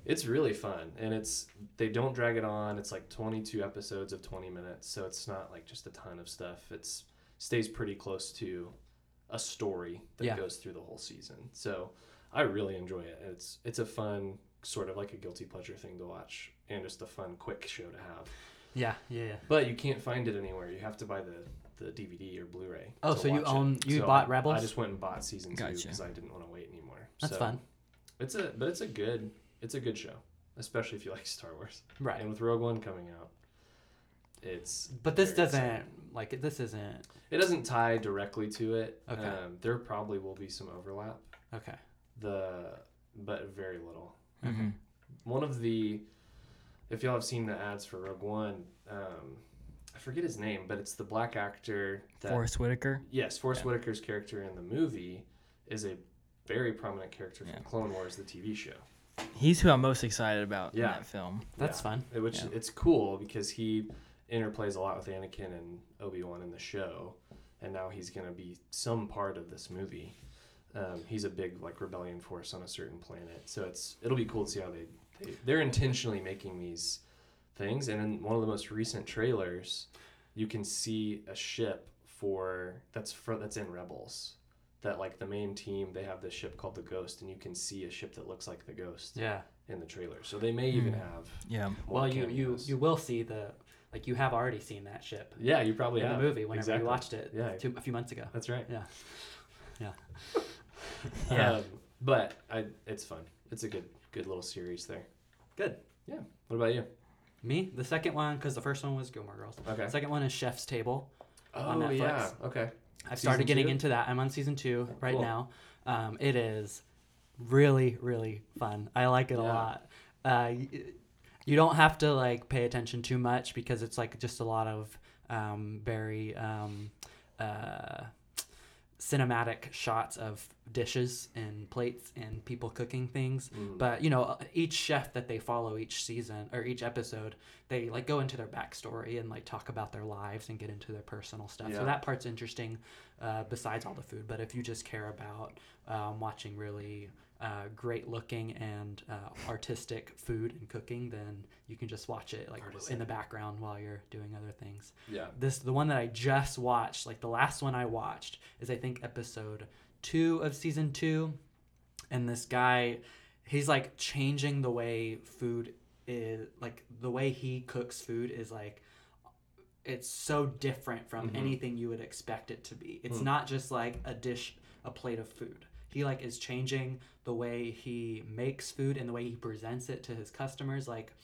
[SPEAKER 1] it's really fun, and it's they don't drag it on. It's like 22 episodes of 20 minutes, so it's not like just a ton of stuff. It's stays pretty close to a story that
[SPEAKER 2] Yeah.
[SPEAKER 1] goes through the whole season. So I really enjoy it. It's it's a fun sort of like a guilty pleasure thing to watch, and just a fun quick show to have.
[SPEAKER 2] Yeah. Yeah. yeah.
[SPEAKER 1] But you can't find it anywhere. You have to buy the, the DVD or Blu-ray.
[SPEAKER 2] Oh,
[SPEAKER 1] to
[SPEAKER 2] so you
[SPEAKER 1] watch it.
[SPEAKER 2] own- you bought
[SPEAKER 1] I-
[SPEAKER 2] Rebels?
[SPEAKER 1] I just went and bought season two
[SPEAKER 3] Gotcha.
[SPEAKER 1] because I didn't want to wait anymore.
[SPEAKER 2] That's
[SPEAKER 1] so
[SPEAKER 2] fun.
[SPEAKER 1] It's a but it's a good it's a good show, especially if you like Star Wars.
[SPEAKER 2] Right.
[SPEAKER 1] And with Rogue One coming out, it's
[SPEAKER 2] But this
[SPEAKER 1] very
[SPEAKER 2] doesn't
[SPEAKER 1] exciting.
[SPEAKER 2] like this isn't
[SPEAKER 1] it doesn't tie directly to it.
[SPEAKER 2] Okay.
[SPEAKER 1] Um, there probably will be some overlap.
[SPEAKER 2] okay.
[SPEAKER 1] The but very little.
[SPEAKER 2] Mm-hmm.
[SPEAKER 3] Mhm.
[SPEAKER 1] One of the if y'all have seen the ads for Rogue One, um, I forget his name, but it's the black actor that
[SPEAKER 3] Forrest Whitaker.
[SPEAKER 1] Yes, Forrest Whitaker's character in the movie is a very prominent character from
[SPEAKER 3] Yeah.
[SPEAKER 1] Clone Wars, the TV show.
[SPEAKER 3] He's who I'm most excited about in
[SPEAKER 1] Yeah.
[SPEAKER 3] that film.
[SPEAKER 2] That's fun.
[SPEAKER 1] It- Which
[SPEAKER 3] Yeah.
[SPEAKER 1] it's cool because he interplays a lot with Anakin and Obi Wan in the show, and now he's gonna be some part of this movie. Um, he's a big like rebellion force on a certain planet, so it's it'll be cool to see how they, they they're intentionally making these things. And in one of the most recent trailers, you can see a ship for that's for that's in Rebels. That like the main team, they have this ship called the Ghost, and you can see a ship that looks like the Ghost
[SPEAKER 2] Yeah.
[SPEAKER 1] in the trailer. So they may even have
[SPEAKER 3] Yeah.
[SPEAKER 1] more
[SPEAKER 2] well, you you
[SPEAKER 1] cameos.
[SPEAKER 2] you will see the like you have already seen that ship
[SPEAKER 1] yeah, you probably
[SPEAKER 2] in
[SPEAKER 1] have
[SPEAKER 2] the movie whenever
[SPEAKER 1] Exactly.
[SPEAKER 2] you watched it
[SPEAKER 1] Yeah.
[SPEAKER 2] two, a few months ago.
[SPEAKER 1] That's right.
[SPEAKER 2] Yeah. Yeah.
[SPEAKER 3] Yeah.
[SPEAKER 1] Um, but I, it's fun. It's a good good little series there.
[SPEAKER 2] Good.
[SPEAKER 1] Yeah. What about you?
[SPEAKER 2] Me, the second one, because the first one was Gilmore Girls.
[SPEAKER 1] Okay.
[SPEAKER 2] The second one is Chef's Table. on
[SPEAKER 1] oh
[SPEAKER 2] Netflix.
[SPEAKER 1] yeah. Okay.
[SPEAKER 2] I've started
[SPEAKER 1] Season
[SPEAKER 2] getting
[SPEAKER 1] two?
[SPEAKER 2] into that. I'm on season two right
[SPEAKER 1] cool.
[SPEAKER 2] now. Um, it is really, really fun. I like it a
[SPEAKER 1] Yeah.
[SPEAKER 2] lot. Uh, y- you don't have to like pay attention too much because it's like just a lot of um, very um, uh, cinematic shots of dishes and plates and people cooking things.
[SPEAKER 1] Mm.
[SPEAKER 2] But you know, each chef that they follow each season or each episode, they like go into their backstory and like talk about their lives and get into their personal stuff. So
[SPEAKER 1] Yeah.
[SPEAKER 2] that part's interesting. Uh, besides all the food, but if you just care about um, watching really uh, great looking and uh, artistic food and cooking, then you can just watch it like in the background while you're doing other things
[SPEAKER 1] Yeah.
[SPEAKER 2] this the one that I just watched, like the last one I watched is I think episode two of season two, and this guy, he's like changing the way food is like the way he cooks food is like it's so different from anything you would expect it to be. It's not just like a dish, a plate of food. He like is changing the way he makes food and the way he presents it to his customers. Like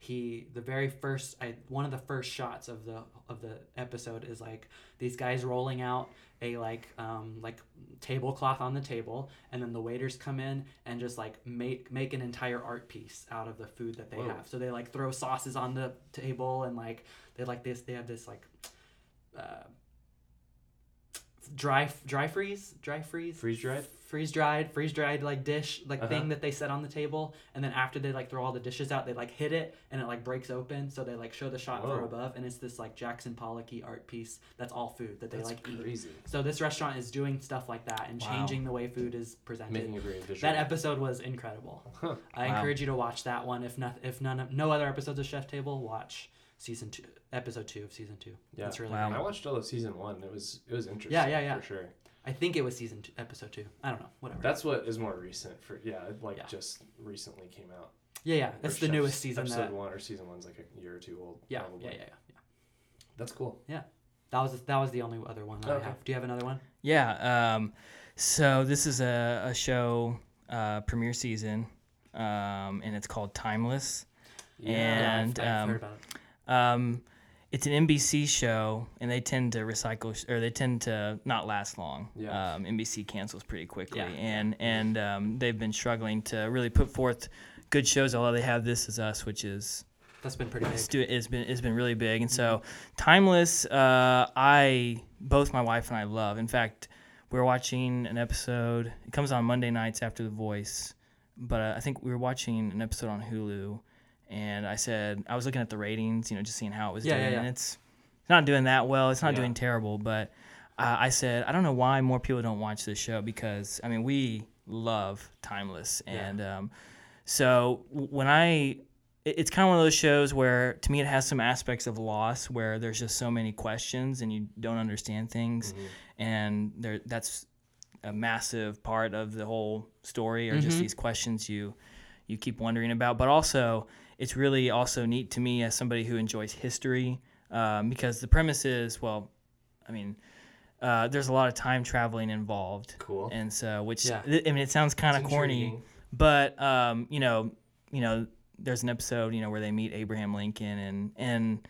[SPEAKER 2] he the very first I one of the first shots of the of the episode is like these guys rolling out a like um like tablecloth on the table and then the waiters come in and just like make make an entire art piece out of the food that they
[SPEAKER 1] Whoa.
[SPEAKER 2] have. So they like throw sauces on the table and like they like this they have this like uh dry dry freeze dry freeze
[SPEAKER 1] Freeze dried?
[SPEAKER 2] freeze dried freeze dried like dish like
[SPEAKER 1] Uh-huh.
[SPEAKER 2] thing that they set on the table and then after they like throw all the dishes out they like hit it and it like breaks open so they like show the shot from
[SPEAKER 1] Whoa.
[SPEAKER 2] above and it's this like jackson pollocky art piece that's all food that they
[SPEAKER 1] That's
[SPEAKER 2] like eat
[SPEAKER 1] crazy.
[SPEAKER 2] so this restaurant is doing stuff like that and
[SPEAKER 3] Wow.
[SPEAKER 2] changing the way food is presented
[SPEAKER 1] Making it very visual.
[SPEAKER 2] that episode was incredible
[SPEAKER 1] Huh.
[SPEAKER 2] i
[SPEAKER 3] Wow.
[SPEAKER 2] encourage you to watch that one if not if none of, no other episodes of chef table watch season two episode two of season two
[SPEAKER 1] Yeah.
[SPEAKER 2] that's really
[SPEAKER 3] Wow.
[SPEAKER 2] good.
[SPEAKER 1] I watched all of season one. It was it was interesting.
[SPEAKER 2] yeah, yeah.
[SPEAKER 1] For sure.
[SPEAKER 2] i think it was season two episode two i don't know whatever
[SPEAKER 1] That's what is more recent for yeah. it, Like
[SPEAKER 2] Yeah.
[SPEAKER 1] just recently came out.
[SPEAKER 2] yeah yeah
[SPEAKER 1] Or
[SPEAKER 2] that's the
[SPEAKER 1] Chef's-
[SPEAKER 2] newest season
[SPEAKER 1] Episode
[SPEAKER 2] that
[SPEAKER 1] one or season one's like a year or two old.
[SPEAKER 2] yeah,
[SPEAKER 1] probably.
[SPEAKER 2] yeah yeah yeah
[SPEAKER 1] That's cool.
[SPEAKER 2] Yeah. That was that was the only other one that
[SPEAKER 1] Okay.
[SPEAKER 2] I have. Do you have another one?
[SPEAKER 3] Yeah. Um, so this is a, a show uh, premiere season, um, and it's called Timeless. and
[SPEAKER 2] yeah, I've, I've
[SPEAKER 3] um,
[SPEAKER 2] heard about it.
[SPEAKER 3] um, it's an NBC show, and they tend to recycle sh- or they tend to not last long.
[SPEAKER 1] Yeah.
[SPEAKER 3] Um, NBC cancels pretty quickly,
[SPEAKER 2] Yeah.
[SPEAKER 3] and and um, they've been struggling to really put forth good shows. Although they have This Is Us, which is
[SPEAKER 2] That's been pretty big.
[SPEAKER 3] it's, do, it's been it's been really big, and so Timeless. Uh, I both my wife and I love. In fact, we we're watching an episode. It comes on Monday nights after The Voice, but uh, I think we were watching an episode on Hulu, and I said I was looking at the ratings, you know, just seeing how it was
[SPEAKER 2] Yeah,
[SPEAKER 3] doing,
[SPEAKER 2] yeah, yeah.
[SPEAKER 3] and it's it's not doing that well. It's not
[SPEAKER 1] Yeah.
[SPEAKER 3] doing terrible, but uh, I said I don't know why more people don't watch this show because I mean we love Timeless, and um, so w- when I it- it's kind of one of those shows where to me it has some aspects of loss where there's just so many questions and you don't understand things and there that's a massive part of the whole story or
[SPEAKER 1] Mm-hmm.
[SPEAKER 3] just these questions you you keep wondering about but also it's really also neat to me as somebody who enjoys history um, because the premise is well i mean uh, there's a lot of time traveling involved
[SPEAKER 1] Cool.
[SPEAKER 3] and so which
[SPEAKER 2] Yeah.
[SPEAKER 3] th- i mean it sounds kind of
[SPEAKER 1] It's
[SPEAKER 3] corny
[SPEAKER 1] intriguing.
[SPEAKER 3] but um, you know, you know, there's an episode, you know, where they meet Abraham Lincoln, and and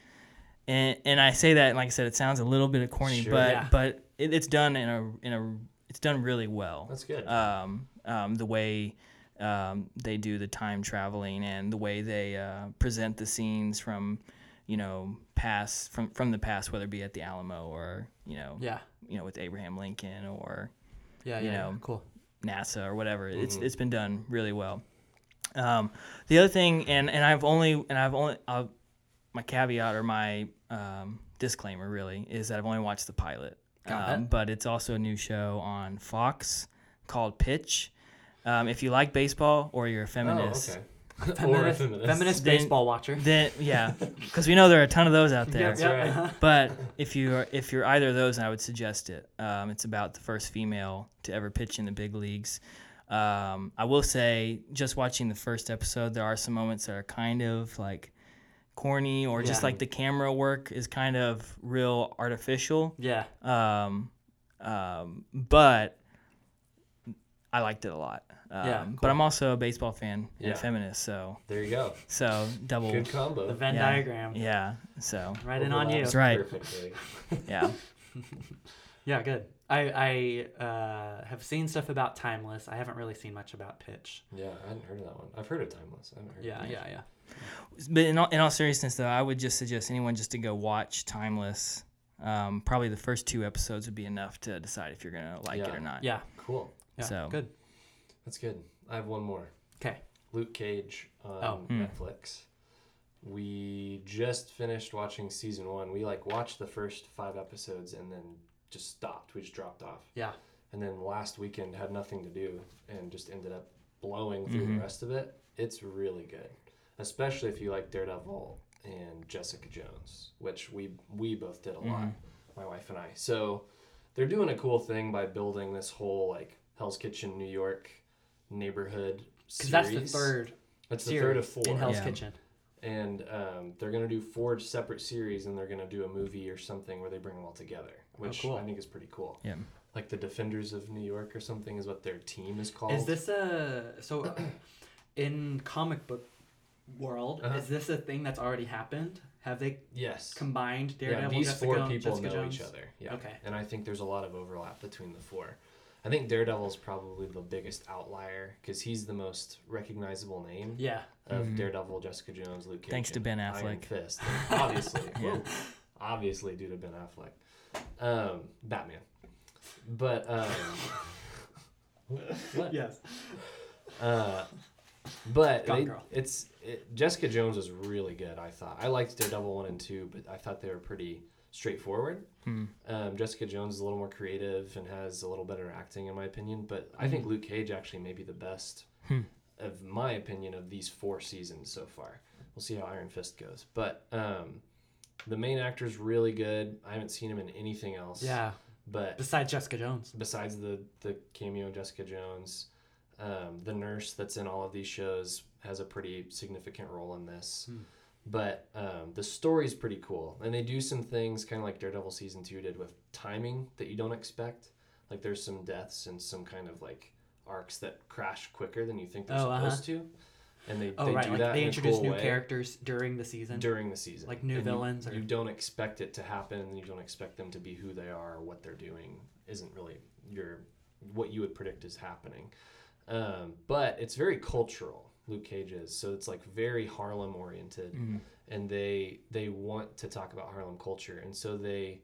[SPEAKER 3] and, and I say that, and like I said, it sounds a little bit corny,
[SPEAKER 1] Sure.
[SPEAKER 3] but
[SPEAKER 2] Yeah.
[SPEAKER 3] but it, it's done in a in a it's done really well.
[SPEAKER 1] That's good.
[SPEAKER 3] Um, um, the way um, they do the time traveling and the way they uh, present the scenes from you know past from from the past, whether it be at the Alamo or you know
[SPEAKER 2] Yeah.
[SPEAKER 3] you know with Abraham Lincoln or
[SPEAKER 2] Yeah, yeah,
[SPEAKER 3] you
[SPEAKER 2] yeah.
[SPEAKER 3] know,
[SPEAKER 2] cool.
[SPEAKER 3] NASA or whatever. It's
[SPEAKER 1] Mm-hmm.
[SPEAKER 3] it's been done really well. Um, the other thing, and and I've only and I've only i my caveat or my um, disclaimer really is that I've only watched the pilot,
[SPEAKER 2] Got
[SPEAKER 3] um,
[SPEAKER 2] it.
[SPEAKER 3] but it's also a new show on Fox called Pitch. Um, if you like baseball or
[SPEAKER 2] Oh,
[SPEAKER 3] you're a feminist,
[SPEAKER 1] Oh, okay. or a
[SPEAKER 2] Feminist,
[SPEAKER 1] feminist.
[SPEAKER 2] feminist
[SPEAKER 3] Then-
[SPEAKER 2] baseball watcher.
[SPEAKER 3] then yeah, because we know there are a ton of those out there.
[SPEAKER 1] That's right.
[SPEAKER 3] But if you're if you're either of those, I would suggest it. Um, it's about the first female to ever pitch in the big leagues. Um, I will say, just watching the first episode, there are some moments that are kind of like corny, or just
[SPEAKER 2] Yeah.
[SPEAKER 3] like the camera work is kind of real artificial.
[SPEAKER 2] Yeah.
[SPEAKER 3] Um, um, but I liked it a lot. Um,
[SPEAKER 2] Yeah,
[SPEAKER 3] But I'm also a baseball fan and
[SPEAKER 1] Yeah.
[SPEAKER 3] a feminist, so
[SPEAKER 1] There you go.
[SPEAKER 3] so double.
[SPEAKER 1] Good
[SPEAKER 2] The
[SPEAKER 1] combo.
[SPEAKER 2] Venn
[SPEAKER 3] Yeah.
[SPEAKER 2] diagram.
[SPEAKER 3] Yeah. So
[SPEAKER 2] Right in on you.
[SPEAKER 1] Overlaps
[SPEAKER 3] That's right.
[SPEAKER 1] Perfectly.
[SPEAKER 3] yeah.
[SPEAKER 2] Yeah, good. I I uh, have seen stuff about Timeless. I haven't really seen much about Pitch.
[SPEAKER 1] Yeah, I hadn't heard of that one. I've heard of Timeless. I haven't heard
[SPEAKER 2] Yeah,
[SPEAKER 1] of
[SPEAKER 2] yeah, yeah.
[SPEAKER 3] But in all, in all seriousness, though, I would just suggest anyone just to go watch Timeless. Um, probably the first two episodes would be enough to decide if you're gonna like it
[SPEAKER 1] Yeah.
[SPEAKER 3] or not.
[SPEAKER 2] Yeah.
[SPEAKER 1] Cool.
[SPEAKER 2] Yeah.
[SPEAKER 3] So-
[SPEAKER 2] Good.
[SPEAKER 1] That's good. I have one more.
[SPEAKER 2] Okay.
[SPEAKER 1] Luke Cage on
[SPEAKER 2] Oh.
[SPEAKER 3] Hmm.
[SPEAKER 1] Netflix. We just finished watching season one. We like watched the first five episodes and then just stopped. We just dropped off.
[SPEAKER 2] Yeah.
[SPEAKER 1] And then last weekend had nothing to do and just ended up blowing through
[SPEAKER 2] Mm-hmm.
[SPEAKER 1] the rest of it. It's really good, especially if you like Daredevil and Jessica Jones, which we we both did a
[SPEAKER 2] Mm-hmm.
[SPEAKER 1] lot, my wife and I. So they're doing a cool thing by building this whole like Hell's Kitchen New York neighborhood
[SPEAKER 2] Because
[SPEAKER 1] series.
[SPEAKER 2] that's the third
[SPEAKER 1] That's the
[SPEAKER 2] series
[SPEAKER 1] third of four.
[SPEAKER 2] in Hell's
[SPEAKER 3] Yeah.
[SPEAKER 2] Kitchen.
[SPEAKER 1] And um, they're going to do four separate series and they're going to do a movie or something where they bring them all together, which
[SPEAKER 2] Oh, cool.
[SPEAKER 1] I think is pretty cool.
[SPEAKER 3] Yeah.
[SPEAKER 1] Like the Defenders of New York or something is what their team is called.
[SPEAKER 2] Is this a so in comic book world?
[SPEAKER 1] Uh-huh.
[SPEAKER 2] Is this a thing that's already happened? Have they
[SPEAKER 1] Yes.
[SPEAKER 2] combined
[SPEAKER 1] Yeah,
[SPEAKER 2] Daredevil,
[SPEAKER 1] these
[SPEAKER 2] Jessica
[SPEAKER 1] four
[SPEAKER 2] Jones,
[SPEAKER 1] people
[SPEAKER 2] Jessica
[SPEAKER 1] know
[SPEAKER 2] Jones?
[SPEAKER 1] each other. Yeah.
[SPEAKER 2] Okay.
[SPEAKER 1] And I think there's a lot of overlap between the four. I think Daredevil's probably the biggest outlier because he's the most recognizable name.
[SPEAKER 2] Yeah. Mm-hmm.
[SPEAKER 1] of Daredevil, Jessica Jones, Luke Cage.
[SPEAKER 3] Thanks to
[SPEAKER 1] and
[SPEAKER 3] Ben
[SPEAKER 1] Iron
[SPEAKER 3] Affleck.
[SPEAKER 1] Fist. Obviously. Whoa. Obviously due to Ben Affleck. Um, Batman. But um, what?
[SPEAKER 2] Yes.
[SPEAKER 1] Uh, but
[SPEAKER 2] Gone
[SPEAKER 1] they-
[SPEAKER 2] Girl.
[SPEAKER 1] it's it, Jessica Jones is really good. I thought I liked Daredevil one and two, but I thought they were pretty straightforward. Um, Jessica Jones is a little more creative and has a little better acting, in my opinion. But I think Luke Cage actually may be the best, of my opinion, of these four seasons so far. We'll see how Iron Fist goes, but um, the main actor's really good. I haven't seen him in anything else.
[SPEAKER 2] Yeah.
[SPEAKER 1] but
[SPEAKER 2] Besides Jessica Jones.
[SPEAKER 1] besides the the cameo in Jessica Jones,
[SPEAKER 2] Hmm.
[SPEAKER 1] um, the nurse that's in all of these shows has a pretty significant role in this. but um, the story's pretty cool and they do some things kind of like daredevil season two did with timing that you don't expect like there's some deaths and some kind of like arcs that crash quicker than you think they're
[SPEAKER 2] Oh, uh-huh.
[SPEAKER 1] supposed to and they,
[SPEAKER 2] Oh
[SPEAKER 1] they
[SPEAKER 2] right,
[SPEAKER 1] do
[SPEAKER 2] like
[SPEAKER 1] that
[SPEAKER 2] they
[SPEAKER 1] in a
[SPEAKER 2] introduce
[SPEAKER 1] cool
[SPEAKER 2] new
[SPEAKER 1] way
[SPEAKER 2] characters during the season.
[SPEAKER 1] during the season
[SPEAKER 2] like new
[SPEAKER 1] And you-
[SPEAKER 2] villains or-
[SPEAKER 1] you don't expect it to happen and you don't expect them to be who they are or what they're doing isn't really your what you would predict is happening um, but it's very cultural luke cage is so it's like very harlem oriented
[SPEAKER 2] Mm-hmm.
[SPEAKER 1] and they they want to talk about harlem culture and so they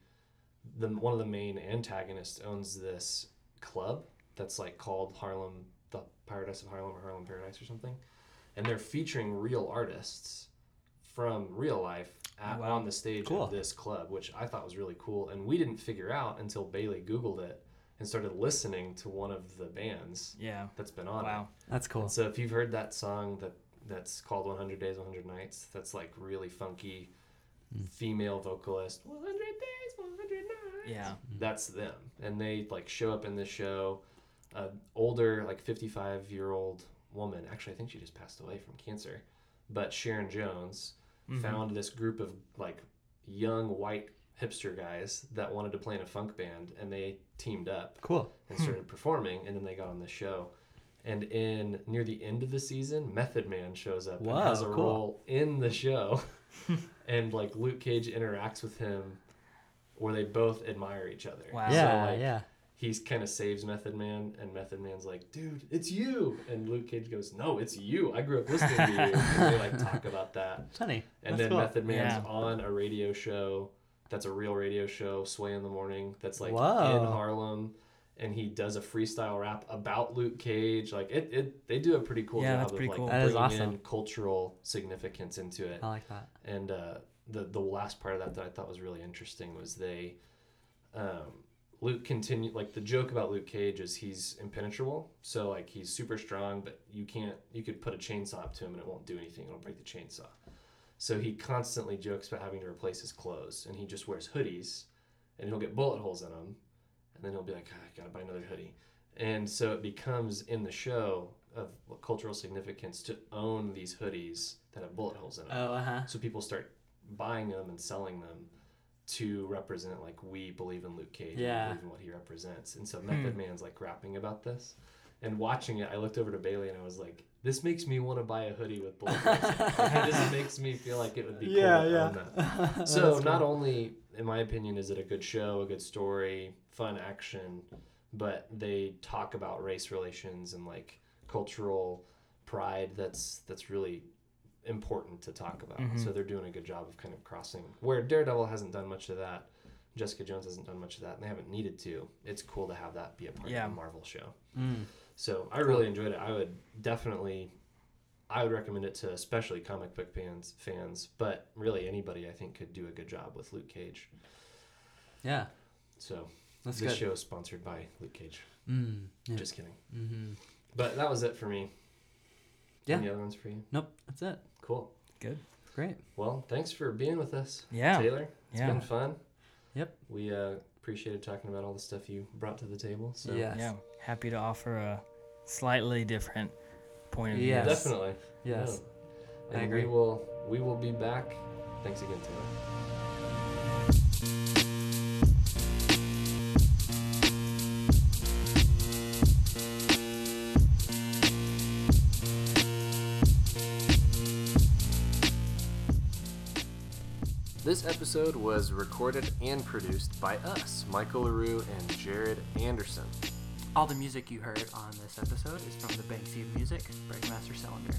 [SPEAKER 1] the one of the main antagonists owns this club that's like called harlem the paradise of harlem or harlem paradise or something and they're featuring real artists from real life at,
[SPEAKER 3] Oh, Wow.
[SPEAKER 1] on the stage
[SPEAKER 2] Cool.
[SPEAKER 1] of this club, which I thought was really cool. And we didn't figure out until Bailey Googled it and started listening to one of the bands
[SPEAKER 3] Yeah.
[SPEAKER 1] that's been on.
[SPEAKER 3] Wow.
[SPEAKER 2] That's
[SPEAKER 1] It.
[SPEAKER 2] cool.
[SPEAKER 1] So if you've heard that song that that's called 100 Days, 100 Nights, that's like really funky female vocalist. 100 Days, 100 Nights
[SPEAKER 3] Yeah.
[SPEAKER 1] that's them and they like show up in this show an older like 55 year old woman actually i think she just passed away from cancer but sharon jones found this group of like young white hipster guys that wanted to play in a funk band and they teamed up
[SPEAKER 2] Cool.
[SPEAKER 1] and
[SPEAKER 2] Hmm.
[SPEAKER 1] started performing and then they got on the show and in near the end of the season method man shows up
[SPEAKER 2] Whoa,
[SPEAKER 1] and has a
[SPEAKER 2] cool.
[SPEAKER 1] role in the show and like luke cage interacts with him where they both admire each other
[SPEAKER 3] Wow.
[SPEAKER 1] So,
[SPEAKER 2] Yeah,
[SPEAKER 1] like,
[SPEAKER 2] yeah.
[SPEAKER 1] he's kind of saves method man and method man's like dude it's you and luke cage goes no it's you i grew up listening to you and they like talk about that
[SPEAKER 2] Funny.
[SPEAKER 1] and
[SPEAKER 2] That's
[SPEAKER 1] then
[SPEAKER 2] cool.
[SPEAKER 1] Method Man's
[SPEAKER 3] Yeah.
[SPEAKER 1] on a radio show that's a real radio show, Sway in the Morning, that's like
[SPEAKER 2] Whoa.
[SPEAKER 1] in Harlem. And he does a freestyle rap about Luke Cage. Like it, it they do a pretty cool
[SPEAKER 3] Yeah,
[SPEAKER 1] job
[SPEAKER 3] that's
[SPEAKER 1] of
[SPEAKER 3] pretty
[SPEAKER 1] like
[SPEAKER 3] cool.
[SPEAKER 2] That is
[SPEAKER 1] bringing in
[SPEAKER 2] awesome.
[SPEAKER 1] cultural significance into it.
[SPEAKER 2] I like that.
[SPEAKER 1] And uh, the the last part of that that I thought was really interesting was they, um, Luke continue like the joke about Luke Cage is he's impenetrable, so like he's super strong, but you can't you could put a chainsaw up to him and it won't do anything. It'll break the chainsaw. So he constantly jokes about having to replace his clothes, and he just wears hoodies, and he'll get bullet holes in them, and then he'll be like, "Ah, I gotta buy another hoodie, and so it becomes in the show of cultural significance to own these hoodies that have bullet holes in them.
[SPEAKER 2] Oh, uh huh.
[SPEAKER 1] So people start buying them and selling them to represent like we believe in Luke Cage,
[SPEAKER 2] Yeah. Hmm.
[SPEAKER 1] we believe in what he represents. And so Method Man's like rapping about this. And watching it, I looked over to Bailey and I was like, "This makes me want to buy a hoodie with bullet holes. in it. this makes me feel like it would be
[SPEAKER 2] Yeah,
[SPEAKER 1] cool to
[SPEAKER 2] yeah.
[SPEAKER 1] own that." so not only in my opinion is it a good show a good story fun action but they talk about race relations and like cultural pride that's that's really important to talk about
[SPEAKER 2] Mm-hmm.
[SPEAKER 1] so they're doing a good job of kind of crossing where daredevil hasn't done much of that jessica jones hasn't done much of that and they haven't needed to it's cool to have that be a part
[SPEAKER 3] Yeah.
[SPEAKER 1] of a marvel show
[SPEAKER 2] Mm.
[SPEAKER 1] so i really enjoyed it i would definitely I would recommend it to especially comic book fans, fans, but really anybody I think could do a good job with Luke Cage.
[SPEAKER 2] Yeah.
[SPEAKER 1] So
[SPEAKER 2] That's
[SPEAKER 1] this
[SPEAKER 2] good.
[SPEAKER 1] show is sponsored by Luke Cage.
[SPEAKER 2] Mm, yeah.
[SPEAKER 1] Just kidding.
[SPEAKER 2] hmm
[SPEAKER 1] But that was it for me.
[SPEAKER 2] Yeah.
[SPEAKER 1] Any other ones for you?
[SPEAKER 2] Nope. That's it.
[SPEAKER 1] Cool.
[SPEAKER 3] Good.
[SPEAKER 2] Great.
[SPEAKER 1] Well, thanks for being with us,
[SPEAKER 3] Yeah.
[SPEAKER 1] Taylor. It's
[SPEAKER 3] Yeah.
[SPEAKER 1] been fun.
[SPEAKER 2] Yep.
[SPEAKER 1] We uh, appreciated talking about all the stuff you brought to the table. So
[SPEAKER 2] yes.
[SPEAKER 3] Yeah. Happy to offer a slightly different point of view.
[SPEAKER 2] Yes.
[SPEAKER 1] definitely.
[SPEAKER 2] Yes.
[SPEAKER 1] Yeah.
[SPEAKER 2] I
[SPEAKER 1] And
[SPEAKER 2] agree.
[SPEAKER 1] We will. We will be back. Thanks again, Taylor. This episode was recorded and produced by us, Michael LaRue and Jared Anderson.
[SPEAKER 2] All the music you heard on this episode is from the Banksy of Music, Breakmaster Cylinder.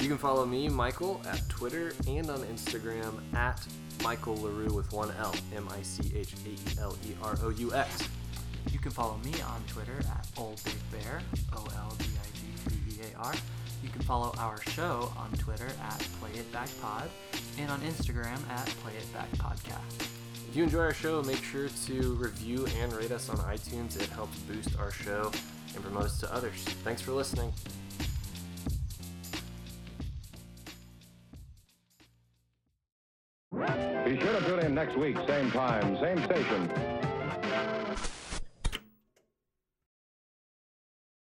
[SPEAKER 1] You can follow me, Michael, at Twitter and on Instagram at Michael LaRue with one L, M I C H A E L E R O U X.
[SPEAKER 2] You can follow me on Twitter at Old Big Bear, O L B I G B E A R. You can follow our show on Twitter at Play It Back Pod and on Instagram at Play It Back Podcast.
[SPEAKER 1] If you enjoy our show, make sure to review and rate us on iTunes. It helps boost our show and promote us to others. Thanks for listening.
[SPEAKER 4] Be sure to tune in next week, same time, same station,